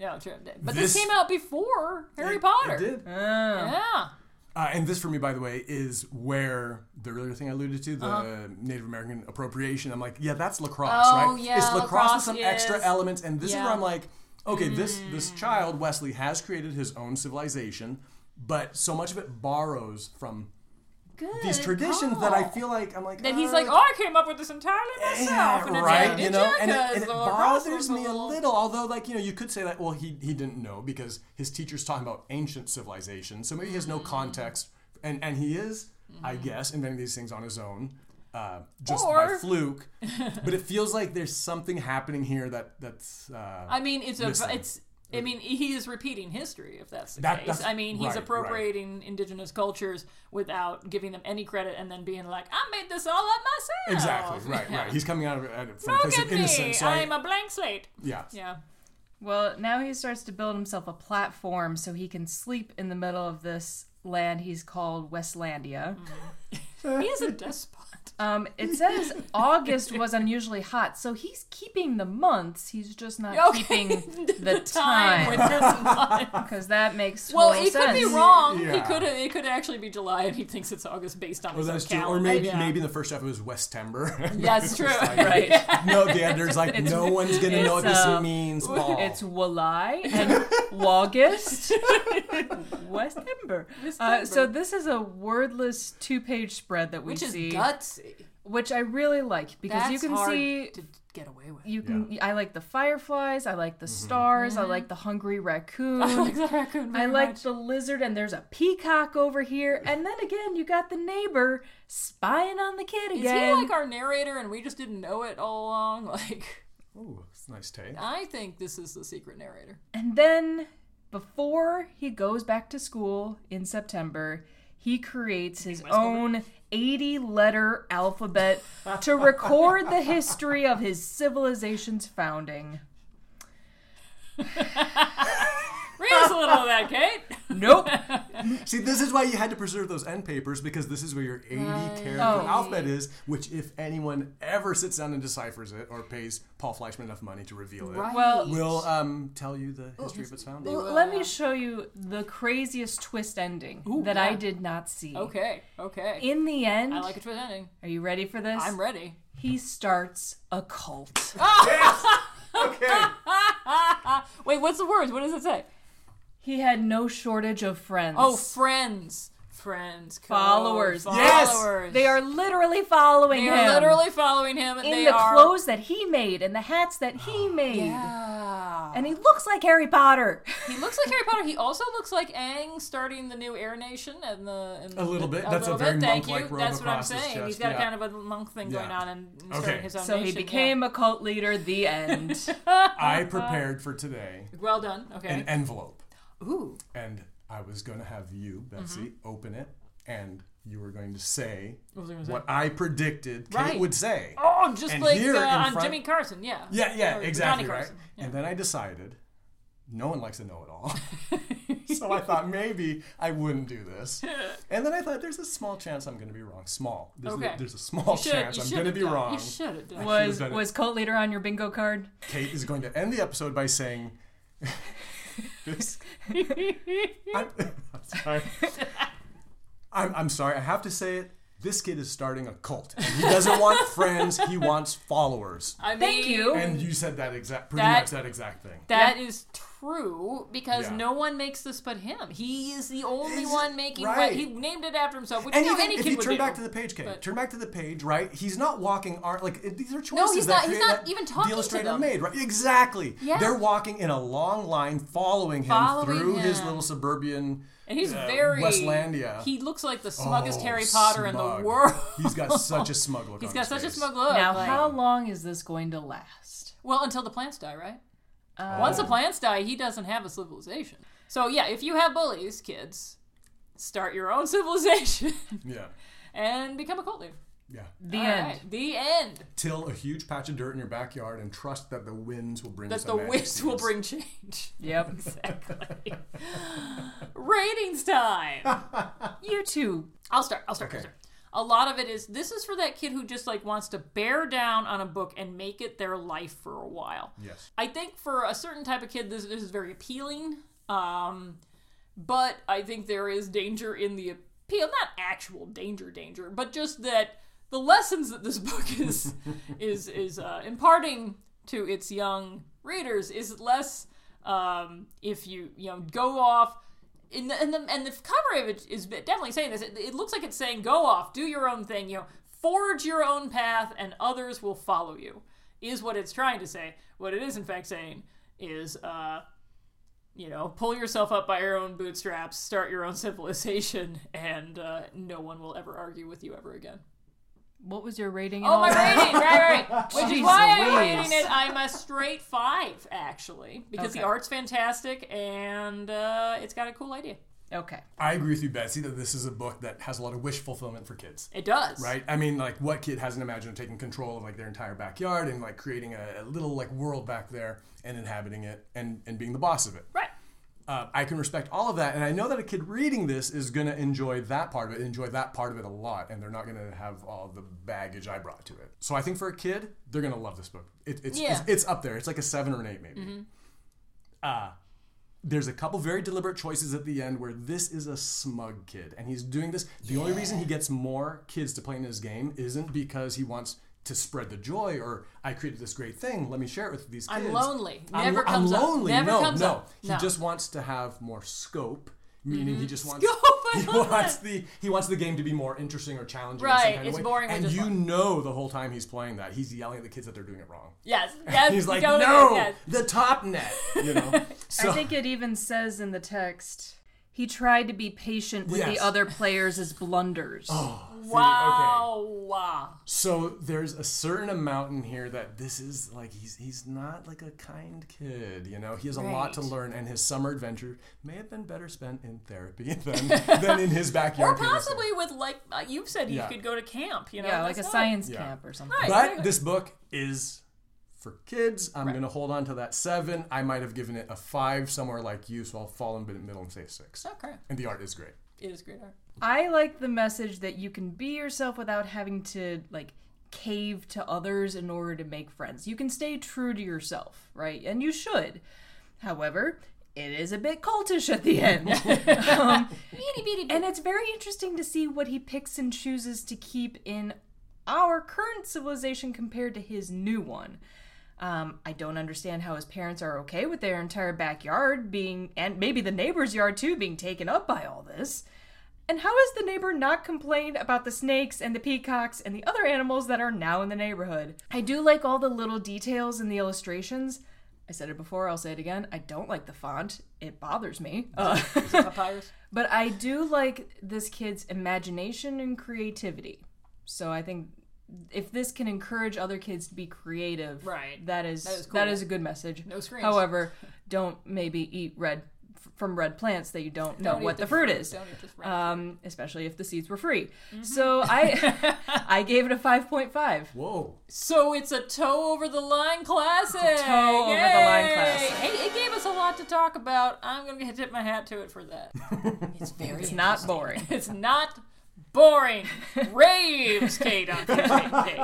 [SPEAKER 4] No, true. But this,
[SPEAKER 6] This-
[SPEAKER 4] came out before Harry
[SPEAKER 6] It-
[SPEAKER 4] Potter.
[SPEAKER 6] It did.
[SPEAKER 4] Yeah.
[SPEAKER 6] Uh, and this, for me, by the way, is where the earlier thing I alluded to, the Native American appropriation. I'm like, yeah, that's lacrosse,
[SPEAKER 4] Uh-huh. Oh,
[SPEAKER 6] right?
[SPEAKER 4] yeah,
[SPEAKER 6] it's lacrosse, with
[SPEAKER 4] lacrosse
[SPEAKER 6] some
[SPEAKER 4] is-
[SPEAKER 6] extra elements. And this is
[SPEAKER 4] Yeah. Mm.
[SPEAKER 6] where I'm like, okay, this this child Wesley has created his own civilization, but so much of it borrows from
[SPEAKER 5] Good.
[SPEAKER 6] these traditions that I feel like I'm like
[SPEAKER 4] That he's
[SPEAKER 6] uh,
[SPEAKER 4] like, oh, I came up with this entirely myself.
[SPEAKER 6] Yeah,
[SPEAKER 4] and it's like,
[SPEAKER 6] right.
[SPEAKER 4] "Did
[SPEAKER 6] You know,
[SPEAKER 4] ya?
[SPEAKER 6] and it,
[SPEAKER 4] 'Cause
[SPEAKER 6] and it
[SPEAKER 4] the lacrosse
[SPEAKER 6] bothers
[SPEAKER 4] was
[SPEAKER 6] me a little. Although, like you know, you could say that. Well, he he didn't know because his teacher's talking about ancient civilization, so maybe he has
[SPEAKER 4] Mm.
[SPEAKER 6] no context, and and he is, I guess, inventing these things on his own, uh, just by
[SPEAKER 4] Or-
[SPEAKER 6] fluke. but it feels like there's something happening here that that's. Uh,
[SPEAKER 4] I mean, it's a
[SPEAKER 6] Listen.
[SPEAKER 4] it's. I mean, he is repeating history, if that's the
[SPEAKER 6] That-
[SPEAKER 4] case.
[SPEAKER 6] that's-
[SPEAKER 4] I mean, he's
[SPEAKER 6] right, right.
[SPEAKER 4] appropriating indigenous cultures without giving them any credit, and then being like, "I made this all up myself."
[SPEAKER 6] Exactly. Right.
[SPEAKER 4] Yeah.
[SPEAKER 6] Right. He's coming out of at it uh, from a
[SPEAKER 4] Look
[SPEAKER 6] place
[SPEAKER 4] at
[SPEAKER 6] of
[SPEAKER 4] me!
[SPEAKER 6] innocence. So I-
[SPEAKER 4] I'm a blank slate.
[SPEAKER 6] yeah.
[SPEAKER 4] Yeah.
[SPEAKER 5] Well, now he starts to build himself a
[SPEAKER 4] Mm.
[SPEAKER 5] platform so he can sleep in the middle of this land he's called Westlandia.
[SPEAKER 4] He is a despot.
[SPEAKER 5] Um, it says August was unusually hot, so he's keeping the months. He's just not
[SPEAKER 4] Okay.
[SPEAKER 5] keeping the
[SPEAKER 4] Time with
[SPEAKER 5] time
[SPEAKER 4] his month.
[SPEAKER 5] because that makes
[SPEAKER 4] Well,
[SPEAKER 5] total
[SPEAKER 4] he could be
[SPEAKER 5] sense.
[SPEAKER 4] wrong. He
[SPEAKER 6] Yeah.
[SPEAKER 4] could it could actually be July, and he thinks it's August based on
[SPEAKER 6] Well,
[SPEAKER 4] his
[SPEAKER 6] that's
[SPEAKER 4] own
[SPEAKER 6] true. Or
[SPEAKER 4] calendar.
[SPEAKER 6] maybe
[SPEAKER 4] Yeah.
[SPEAKER 6] maybe in the first half it was Westember.
[SPEAKER 4] that's true.
[SPEAKER 5] Right.
[SPEAKER 6] no, Dander's like no one's gonna know what
[SPEAKER 5] it's,
[SPEAKER 6] this
[SPEAKER 5] uh,
[SPEAKER 6] means. Ball.
[SPEAKER 5] It's July and August, West Ember. Uh, so this is a wordless two-page spread that we
[SPEAKER 4] Which is
[SPEAKER 5] see,
[SPEAKER 4] gutsy.
[SPEAKER 5] which I really like because
[SPEAKER 4] That's
[SPEAKER 5] you can
[SPEAKER 4] hard
[SPEAKER 5] see
[SPEAKER 4] to get away with.
[SPEAKER 5] you can. I like the fireflies. I like the stars. I like the hungry raccoon.
[SPEAKER 4] Mm-hmm. Oh, I like the raccoon.
[SPEAKER 5] I
[SPEAKER 4] very
[SPEAKER 5] like
[SPEAKER 4] much.
[SPEAKER 5] the lizard, and there's a peacock over here. And then again, you got the neighbor spying on the kid
[SPEAKER 4] Is
[SPEAKER 5] again.
[SPEAKER 4] he like our narrator, and we just didn't know it all along? Like,
[SPEAKER 6] Ooh, it's a nice take.
[SPEAKER 4] I think this is the secret narrator.
[SPEAKER 5] and then, before he goes back to school in September, he creates his own 80 letter alphabet to record the history of his civilization's founding.
[SPEAKER 4] Read us a little of that, Kate.
[SPEAKER 5] Nope.
[SPEAKER 6] See, this is why you had to preserve those end papers because this is where your 80 character
[SPEAKER 5] Oh.
[SPEAKER 6] alphabet is, which, if anyone ever sits down and deciphers it or pays Paul Fleischman enough money to reveal it,
[SPEAKER 5] Well,
[SPEAKER 6] will um, tell you the history of its founding.
[SPEAKER 5] L- Let me show you the craziest twist ending that I
[SPEAKER 4] yeah.
[SPEAKER 5] did not see.
[SPEAKER 4] Okay, okay.
[SPEAKER 5] In the end,
[SPEAKER 4] I like a twist ending.
[SPEAKER 5] are you ready for this?
[SPEAKER 4] I'm ready.
[SPEAKER 5] He starts a cult.
[SPEAKER 6] Okay.
[SPEAKER 4] Wait, what's the words? What does it say?
[SPEAKER 5] He had no shortage of friends.
[SPEAKER 4] Oh, friends. Friends. co-
[SPEAKER 5] Followers.
[SPEAKER 6] Yes!
[SPEAKER 4] Followers.
[SPEAKER 5] they are literally following
[SPEAKER 4] They
[SPEAKER 5] him.
[SPEAKER 4] are literally following him. and
[SPEAKER 5] in
[SPEAKER 4] they
[SPEAKER 5] the
[SPEAKER 4] are,
[SPEAKER 5] clothes that he made and the hats that he made.
[SPEAKER 4] Yeah.
[SPEAKER 5] And he looks like Harry Potter.
[SPEAKER 4] He looks like Harry Potter. He also looks like Aang starting the new Air Nation and the. And
[SPEAKER 6] A little bit. That's a
[SPEAKER 4] little
[SPEAKER 6] very
[SPEAKER 4] bit. Thank
[SPEAKER 6] monk-like
[SPEAKER 4] you.
[SPEAKER 6] robe
[SPEAKER 4] That's what I'm
[SPEAKER 6] across his
[SPEAKER 4] saying.
[SPEAKER 6] chest,
[SPEAKER 4] He's got a
[SPEAKER 6] yeah.
[SPEAKER 4] kind of a monk thing going
[SPEAKER 6] Yeah.
[SPEAKER 4] on and and starting
[SPEAKER 6] Okay.
[SPEAKER 4] his own
[SPEAKER 5] So he
[SPEAKER 4] nation, yeah.
[SPEAKER 5] became a cult leader. The end.
[SPEAKER 6] I prepared for today
[SPEAKER 4] Well done. Okay.
[SPEAKER 6] an envelope,
[SPEAKER 4] Ooh. Mm-hmm.
[SPEAKER 6] and I was going to have you, Betsy, open it, and you were going to say what,
[SPEAKER 4] was I gonna say?
[SPEAKER 6] I predicted Kate
[SPEAKER 4] Right.
[SPEAKER 6] would say.
[SPEAKER 4] Oh, just
[SPEAKER 6] And
[SPEAKER 4] like
[SPEAKER 6] here
[SPEAKER 4] uh,
[SPEAKER 6] in
[SPEAKER 4] on
[SPEAKER 6] front-
[SPEAKER 4] Jimmy Carson. Yeah.
[SPEAKER 6] Yeah,
[SPEAKER 4] Or
[SPEAKER 6] yeah,
[SPEAKER 4] Johnny
[SPEAKER 6] exactly right.
[SPEAKER 4] Carson.
[SPEAKER 6] And then I decided no one likes to know it all. so I thought maybe I wouldn't do this. And then I thought there's a small chance I'm going to be wrong. Small. There's,
[SPEAKER 4] Okay.
[SPEAKER 6] a, there's a small
[SPEAKER 4] Should-
[SPEAKER 6] chance
[SPEAKER 4] you
[SPEAKER 6] I'm
[SPEAKER 4] should
[SPEAKER 6] going to
[SPEAKER 4] have
[SPEAKER 6] be
[SPEAKER 4] done-
[SPEAKER 6] wrong.
[SPEAKER 4] You should have done.
[SPEAKER 5] was
[SPEAKER 6] done it.
[SPEAKER 5] was cult leader on your bingo card?
[SPEAKER 6] Kate is going to end the episode by saying this. I'm, I'm sorry. I'm, I'm sorry. I have to say it. This kid is starting a cult. And he doesn't want friends. He wants followers.
[SPEAKER 4] I mean,
[SPEAKER 5] Thank you.
[SPEAKER 6] And you said that exact, pretty
[SPEAKER 4] That-
[SPEAKER 6] much that exact thing.
[SPEAKER 4] That is true because
[SPEAKER 6] Yeah.
[SPEAKER 4] no one makes this but him. He is the only
[SPEAKER 6] He's-
[SPEAKER 4] one making.
[SPEAKER 6] right.
[SPEAKER 4] He named it after himself, which
[SPEAKER 6] And
[SPEAKER 4] you know,
[SPEAKER 6] even
[SPEAKER 4] any
[SPEAKER 6] if
[SPEAKER 4] kid
[SPEAKER 6] you
[SPEAKER 4] would
[SPEAKER 6] turn
[SPEAKER 4] do.
[SPEAKER 6] back to the page, Kate,
[SPEAKER 4] But-
[SPEAKER 6] turn back to the page, right? He's not walking ar like it- these are choices
[SPEAKER 4] he's
[SPEAKER 6] that
[SPEAKER 4] not- he's
[SPEAKER 6] create-
[SPEAKER 4] not
[SPEAKER 6] that
[SPEAKER 4] even talking to
[SPEAKER 6] the illustrator
[SPEAKER 4] them.
[SPEAKER 6] made, right? Exactly.
[SPEAKER 4] Yeah.
[SPEAKER 6] They're walking in a long line, following him
[SPEAKER 4] Following
[SPEAKER 6] through his
[SPEAKER 4] him.
[SPEAKER 6] little suburban.
[SPEAKER 4] and he's
[SPEAKER 6] uh,
[SPEAKER 4] very
[SPEAKER 6] Westlandia.
[SPEAKER 4] He looks like the smuggest
[SPEAKER 6] Oh,
[SPEAKER 4] Harry Potter in
[SPEAKER 6] smug.
[SPEAKER 4] the world.
[SPEAKER 6] He's got such a smug look.
[SPEAKER 4] He's
[SPEAKER 6] on
[SPEAKER 4] got
[SPEAKER 6] his
[SPEAKER 4] such a
[SPEAKER 6] face.
[SPEAKER 4] smug look.
[SPEAKER 5] Now,
[SPEAKER 4] like-
[SPEAKER 5] how long is this going to last?
[SPEAKER 4] Well, until the plants die, right?
[SPEAKER 5] Uh,
[SPEAKER 4] Once the plants die, he doesn't have a civilization. So yeah, if you have bullies, kids, start your own civilization
[SPEAKER 6] Yeah,
[SPEAKER 4] and become a cult leader.
[SPEAKER 6] yeah.
[SPEAKER 5] The
[SPEAKER 4] All
[SPEAKER 5] end.
[SPEAKER 4] right, the end.
[SPEAKER 6] Till a huge patch of dirt in your backyard, and trust that the winds will bring.
[SPEAKER 4] That the
[SPEAKER 6] some magic
[SPEAKER 4] winds will
[SPEAKER 6] seeds.
[SPEAKER 4] bring change.
[SPEAKER 5] Yep.
[SPEAKER 4] Exactly. Ratings time.
[SPEAKER 5] you two.
[SPEAKER 4] I'll start. I'll start. I'll
[SPEAKER 6] Okay.
[SPEAKER 4] start. A lot of it is this is for that kid who just like wants to bear down on a book and make it their life for a while.
[SPEAKER 6] Yes.
[SPEAKER 4] I think for a certain type of kid, this, this is very appealing. Um, but I think there is danger in the appeal. Not actual danger, danger, but just that the lessons that this book is is is uh, imparting to its young readers is less um, if you you know go off. And the, and, the, and the cover of it is definitely saying this. It, it looks like it's saying, "Go off, do your own thing. You know, forge your own path, and others will follow you." Is what it's trying to say. What it is, in fact, saying is, uh, you know, pull yourself up by your own bootstraps, start your own civilization, and uh, no one will ever argue with you ever again.
[SPEAKER 5] What was your rating? and
[SPEAKER 4] Oh,
[SPEAKER 5] all
[SPEAKER 4] my
[SPEAKER 5] that?
[SPEAKER 4] rating, right, right. Which is
[SPEAKER 5] Jeez
[SPEAKER 4] why I'm
[SPEAKER 5] Louise.
[SPEAKER 4] rating it. I'm a straight five, actually, because the
[SPEAKER 5] Okay.
[SPEAKER 4] art's fantastic and uh, it's got a cool idea.
[SPEAKER 5] Okay.
[SPEAKER 6] I agree with you, Betsy, that this is a book that has a lot of wish fulfillment for kids.
[SPEAKER 4] It does.
[SPEAKER 6] Right? I mean, like, what kid hasn't imagined taking control of like their entire backyard and like creating a, a little like world back there and inhabiting it and and being the boss of it?
[SPEAKER 4] Right.
[SPEAKER 6] uh, I can respect all of that, and I know that a kid reading this is going to enjoy that part of it, enjoy that part of it a lot, and they're not going to have all the baggage I brought to it. So I think for a kid, they're going to love this book. It, it's,
[SPEAKER 4] Yeah. Mm-hmm.
[SPEAKER 6] it's it's up there. It's like a seven or an eight maybe. Uh, there's a couple very deliberate choices at the end where this is a smug kid, and he's doing this. The only reason he gets more kids to play in his game isn't because he wants to spread the joy or I created this great thing. Let me share it with these kids.
[SPEAKER 4] I'm lonely.
[SPEAKER 6] I'm-
[SPEAKER 4] Never
[SPEAKER 6] I'm,
[SPEAKER 4] comes up.
[SPEAKER 6] lonely.
[SPEAKER 4] Never
[SPEAKER 6] no,
[SPEAKER 4] comes
[SPEAKER 6] no.
[SPEAKER 4] up.
[SPEAKER 6] He
[SPEAKER 4] No. Mm-hmm.
[SPEAKER 6] just wants to have more scope. Meaning he just wants
[SPEAKER 4] Scope, I
[SPEAKER 6] he
[SPEAKER 4] love
[SPEAKER 6] wants the he wants the game to be more interesting or challenging. in some
[SPEAKER 4] Right,
[SPEAKER 6] kind of
[SPEAKER 4] it's
[SPEAKER 6] way.
[SPEAKER 4] boring with
[SPEAKER 6] And
[SPEAKER 4] just
[SPEAKER 6] you
[SPEAKER 4] one.
[SPEAKER 6] know the whole time he's playing that he's yelling at the kids that they're doing it wrong.
[SPEAKER 4] Yes. Yes.
[SPEAKER 6] he's like,
[SPEAKER 4] totally,
[SPEAKER 6] no,
[SPEAKER 4] yes.
[SPEAKER 6] the top net. You know. So,
[SPEAKER 5] I think it even says in the text he tried to be patient with
[SPEAKER 6] Yes. Oh.
[SPEAKER 5] the other players' blunders.
[SPEAKER 6] see, okay.
[SPEAKER 4] Wow. Wow.
[SPEAKER 6] So there's a certain amount in here that this is like he's he's not like a kind kid, you know. He has a lot to
[SPEAKER 4] Right.
[SPEAKER 6] learn, and his summer adventure may have been better spent in therapy than than in his
[SPEAKER 4] Or
[SPEAKER 6] backyard. doing this thing.
[SPEAKER 4] possibly with like uh, you said, he
[SPEAKER 6] Yeah.
[SPEAKER 4] could go to camp. You know,
[SPEAKER 5] yeah, like a
[SPEAKER 4] that's not-
[SPEAKER 5] science
[SPEAKER 6] Yeah.
[SPEAKER 5] camp or something.
[SPEAKER 4] Right.
[SPEAKER 6] But this book is for kids. I'm gonna hold on to that seven. I might have given it a five somewhere like you, so I'll fall in the middle and say six.
[SPEAKER 4] Okay.
[SPEAKER 6] And the art is great.
[SPEAKER 4] It is great art.
[SPEAKER 5] I like the message that you can be yourself without having to like cave to others in order to make friends. You can stay true to yourself, right? And you should. However, it is a bit cultish at the end. um, and it's very interesting to see what he picks and chooses to keep in our current civilization compared to his new one. Um, I don't understand how his parents are okay with their entire backyard being, and maybe the neighbor's yard too, being taken up by all this. And how has the neighbor not complained about the snakes and the peacocks and the other animals that are now in the neighborhood? I do like all the little details in the illustrations. I said it before, I'll say it again. I don't like the font, it bothers me. Uh,
[SPEAKER 4] Papyrus.
[SPEAKER 5] but I do like this kid's imagination and creativity. So I think if this can encourage other kids to be creative,
[SPEAKER 4] Right.
[SPEAKER 5] that is
[SPEAKER 4] That is
[SPEAKER 5] that
[SPEAKER 4] cool.
[SPEAKER 5] is a good message.
[SPEAKER 4] No screens.
[SPEAKER 5] However, don't maybe eat red f- from red plants that you don't,
[SPEAKER 4] Don't
[SPEAKER 5] know
[SPEAKER 4] eat
[SPEAKER 5] what the
[SPEAKER 4] the
[SPEAKER 5] fruit
[SPEAKER 4] fruit.
[SPEAKER 5] is.
[SPEAKER 4] Don't eat the fruit. Mm-hmm.
[SPEAKER 5] um, especially if the seeds were free. So I I gave it a 5.5.
[SPEAKER 6] Whoa.
[SPEAKER 4] So it's a toe over the line classic.
[SPEAKER 5] toe over the line
[SPEAKER 4] Yay!
[SPEAKER 5] classic.
[SPEAKER 4] Hey, it gave us a lot to talk about. I'm gonna tip my hat to it for that. It's very.
[SPEAKER 5] It's not boring.
[SPEAKER 4] It's not boring. Raves, Kate on 15 Kate.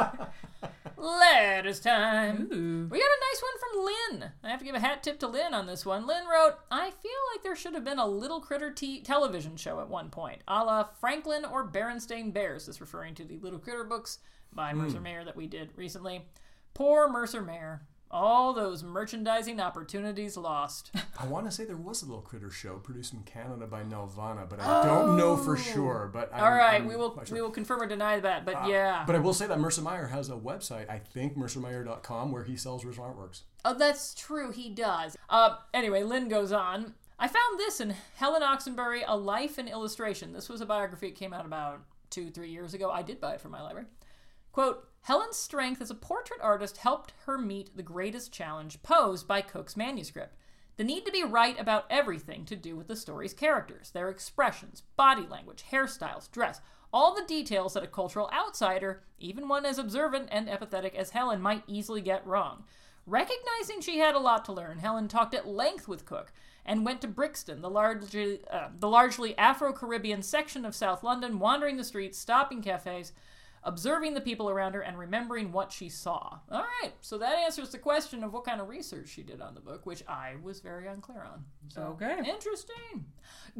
[SPEAKER 4] Letters time. We got a nice one from Lynn. I have to give a hat tip to Lynn on this one. Lynn wrote, I feel like there should have been a Little Critter t- television show at one point, a la Franklin or Berenstain Bears. This referring to the Little Critter books by Mercer Mayer that we did recently. Poor Mercer Mayer. All those merchandising opportunities lost.
[SPEAKER 6] I want to say there was a little critter show produced in Canada by Nelvana, but I don't know for sure. But I'm,
[SPEAKER 4] Oh. All right,
[SPEAKER 6] I'm
[SPEAKER 4] we will
[SPEAKER 6] quite sure.
[SPEAKER 4] we will confirm or deny that, but yeah.
[SPEAKER 6] But I will say that Mercer Meyer has a website, I think mercermeyer.com, where he sells original artworks.
[SPEAKER 4] Oh, that's true. He does. Uh, anyway, Lynn goes on. I found this in Helen Oxenbury, A Life in Illustration. This was a biography. It came out about two, three years ago. I did buy it from my library. Quote, Helen's strength as a portrait artist helped her meet the greatest challenge posed by Cook's manuscript the need to be right about everything to do with the story's characters, their expressions, body language, hairstyles, dress, all the details that a cultural outsider, even one as observant and empathetic as Helen, might easily get wrong. Recognizing she had a lot to learn, Helen talked at length with Cook and went to Brixton, the largely, uh, the largely Afro Caribbean section of South London, wandering the streets, stopping cafes, observing the people around her and remembering what she saw. All right, so that answers the question of what kind of research she did on the book, which I was very unclear on. So
[SPEAKER 5] Okay.
[SPEAKER 4] interesting.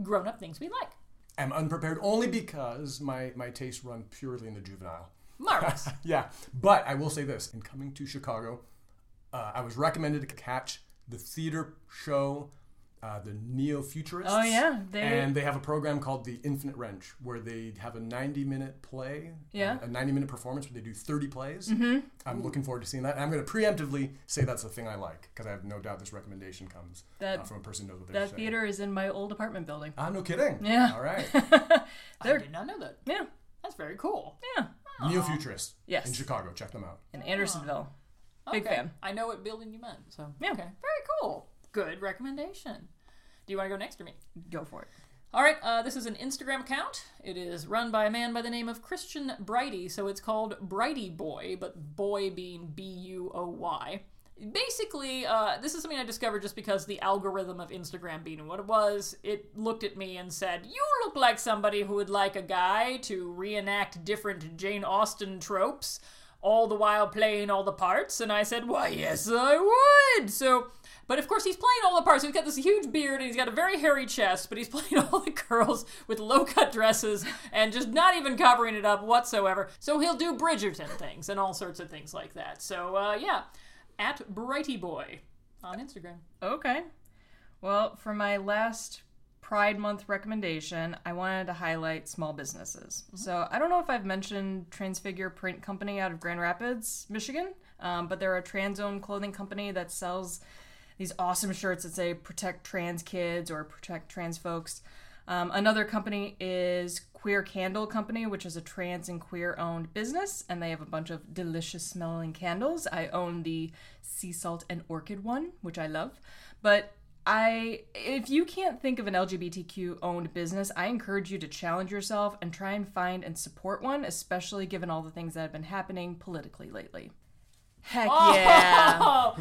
[SPEAKER 4] Grown up things we like.
[SPEAKER 6] I'm unprepared only because my, my tastes run purely in the juvenile.
[SPEAKER 4] Marvelous.
[SPEAKER 6] Yeah, but I will say this: in coming to Chicago, uh, I was recommended to catch the theater show, uh, the Neo Futurists.
[SPEAKER 5] Oh, yeah, they-
[SPEAKER 6] and they have a program called the Infinite Wrench, where they have a ninety-minute play, uh,
[SPEAKER 5] Yeah.
[SPEAKER 6] a ninety-minute performance where they do thirty plays. Mm-hmm. I'm looking forward to seeing that. And I'm going to preemptively say that's the thing I like because I have no doubt this recommendation comes
[SPEAKER 5] That-
[SPEAKER 6] uh, from a person who knows what they're
[SPEAKER 5] That
[SPEAKER 6] saying.
[SPEAKER 5] theater is in my old apartment building.
[SPEAKER 6] Ah, no kidding.
[SPEAKER 5] Yeah.
[SPEAKER 6] All right.
[SPEAKER 4] I did not know that.
[SPEAKER 5] Yeah.
[SPEAKER 4] That's very cool.
[SPEAKER 5] Yeah.
[SPEAKER 6] Neo Futurists.
[SPEAKER 5] Yes.
[SPEAKER 6] In Chicago, check them out.
[SPEAKER 5] In Andersonville. Big
[SPEAKER 4] Okay.
[SPEAKER 5] fan.
[SPEAKER 4] I know what building you meant. So
[SPEAKER 5] Yeah.
[SPEAKER 4] okay, very cool. Good recommendation. Do you want to go next to me?
[SPEAKER 5] Go for it.
[SPEAKER 4] All right, uh, this is an Instagram account. It is run by a man by the name of Christian Brighty, so it's called Brighty Boy, but boy being B U O Y. basically, uh, this is something I discovered just because the algorithm of Instagram being what it was, it looked at me and said, You look like somebody who would like a guy to reenact different Jane Austen tropes, all the while playing all the parts. And I said, Why, yes, I would. So. But of course, he's playing all the parts. He's got this huge beard and he's got a very hairy chest, but he's playing all the girls with low cut dresses and just not even covering it up whatsoever. So he'll do Bridgerton things and all sorts of things like that. So, uh, yeah at Brighty Boy on Instagram.
[SPEAKER 5] Okay. Well, for my last Pride Month recommendation, I wanted to highlight small businesses. So I don't know if I've mentioned Transfigure Print Company out of Grand Rapids, Michigan, um, but they're a trans owned clothing company that sells these awesome shirts that say protect trans kids or protect trans folks. Um, another company is Queer Candle Company, which is a trans and queer owned business, and they have a bunch of delicious smelling candles. I own the sea salt and orchid one, which I love. But I, if you can't think of an LGBTQ owned business, I encourage you to challenge yourself and try and find and support one, especially given all the things that have been happening politically lately. Heck yeah!
[SPEAKER 4] Oh,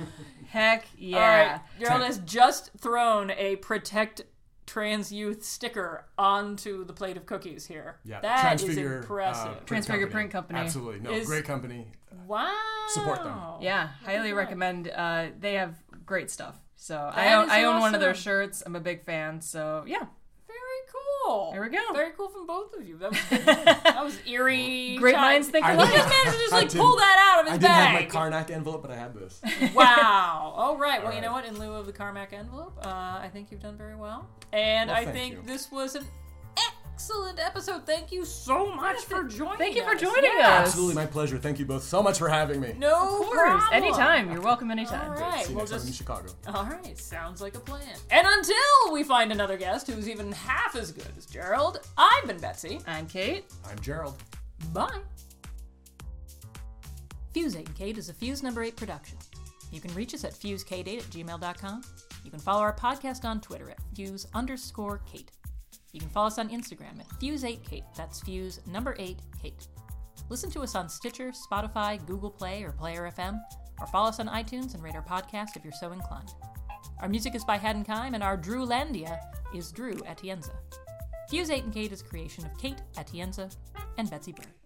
[SPEAKER 5] Heck yeah!
[SPEAKER 4] all right. Gerald has just thrown a protect trans youth sticker onto the plate of cookies here.
[SPEAKER 6] Yeah,
[SPEAKER 4] that is
[SPEAKER 6] Transfigure, uh,
[SPEAKER 4] impressive.
[SPEAKER 5] Transfigure Print Company.
[SPEAKER 6] Absolutely, no,
[SPEAKER 4] Is-
[SPEAKER 6] great company.
[SPEAKER 4] wow.
[SPEAKER 6] Support them.
[SPEAKER 5] Yeah, highly recommend. Uh, they have great stuff. So I
[SPEAKER 4] That
[SPEAKER 5] own,
[SPEAKER 4] is
[SPEAKER 5] I own one of their
[SPEAKER 4] awesome.
[SPEAKER 5] shirts. I'm a big fan. So yeah,
[SPEAKER 4] Very cool.
[SPEAKER 5] There we go.
[SPEAKER 4] Very cool from both of you. That was, that was eerie.
[SPEAKER 5] great
[SPEAKER 4] chi-
[SPEAKER 5] minds think
[SPEAKER 6] I
[SPEAKER 5] alike.
[SPEAKER 4] He just managed to just
[SPEAKER 6] I
[SPEAKER 4] like
[SPEAKER 6] didn't-
[SPEAKER 4] pull that out of his
[SPEAKER 6] I didn't have my
[SPEAKER 4] bag.
[SPEAKER 6] Karnak envelope, but I had this.
[SPEAKER 4] wow. All right. Well, you
[SPEAKER 6] right.
[SPEAKER 4] know what? In lieu of the Carmack envelope, uh, I think you've done very well. And
[SPEAKER 6] Well,
[SPEAKER 4] I
[SPEAKER 6] thank
[SPEAKER 4] think
[SPEAKER 6] you.
[SPEAKER 4] this was an excellent episode. Thank you so much for joining
[SPEAKER 5] Thank you for
[SPEAKER 4] us.
[SPEAKER 5] joining
[SPEAKER 4] Yeah.
[SPEAKER 5] us.
[SPEAKER 6] Absolutely, my pleasure. Thank you both so much for having me.
[SPEAKER 4] No
[SPEAKER 5] Of course,
[SPEAKER 4] problem.
[SPEAKER 5] anytime. You're welcome anytime.
[SPEAKER 4] All right.
[SPEAKER 6] See you
[SPEAKER 4] We'll
[SPEAKER 6] next time in
[SPEAKER 4] just.
[SPEAKER 6] Chicago.
[SPEAKER 4] All right. Sounds like a plan. And until we find another guest who's even half as good as Gerald, I've been Betsy.
[SPEAKER 5] I'm Kate.
[SPEAKER 6] I'm Gerald.
[SPEAKER 4] Bye. Fuse 8 and Kate is a Fuse number 8 production. You can reach us at fusekate8 at gmail.com. You can follow our podcast on Twitter at fuse underscore Kate. You can follow us on Instagram at fuse8kate. That's fuse number 8 Kate. Listen to us on Stitcher, Spotify, Google Play, or Player FM, or follow us on iTunes and rate our podcast if you're so inclined. Our music is by Haddon Kime, and our Drew Landia is Drew Atienza. Fuse 8 and Kate is a creation of Kate Atienza and Betsy Bird.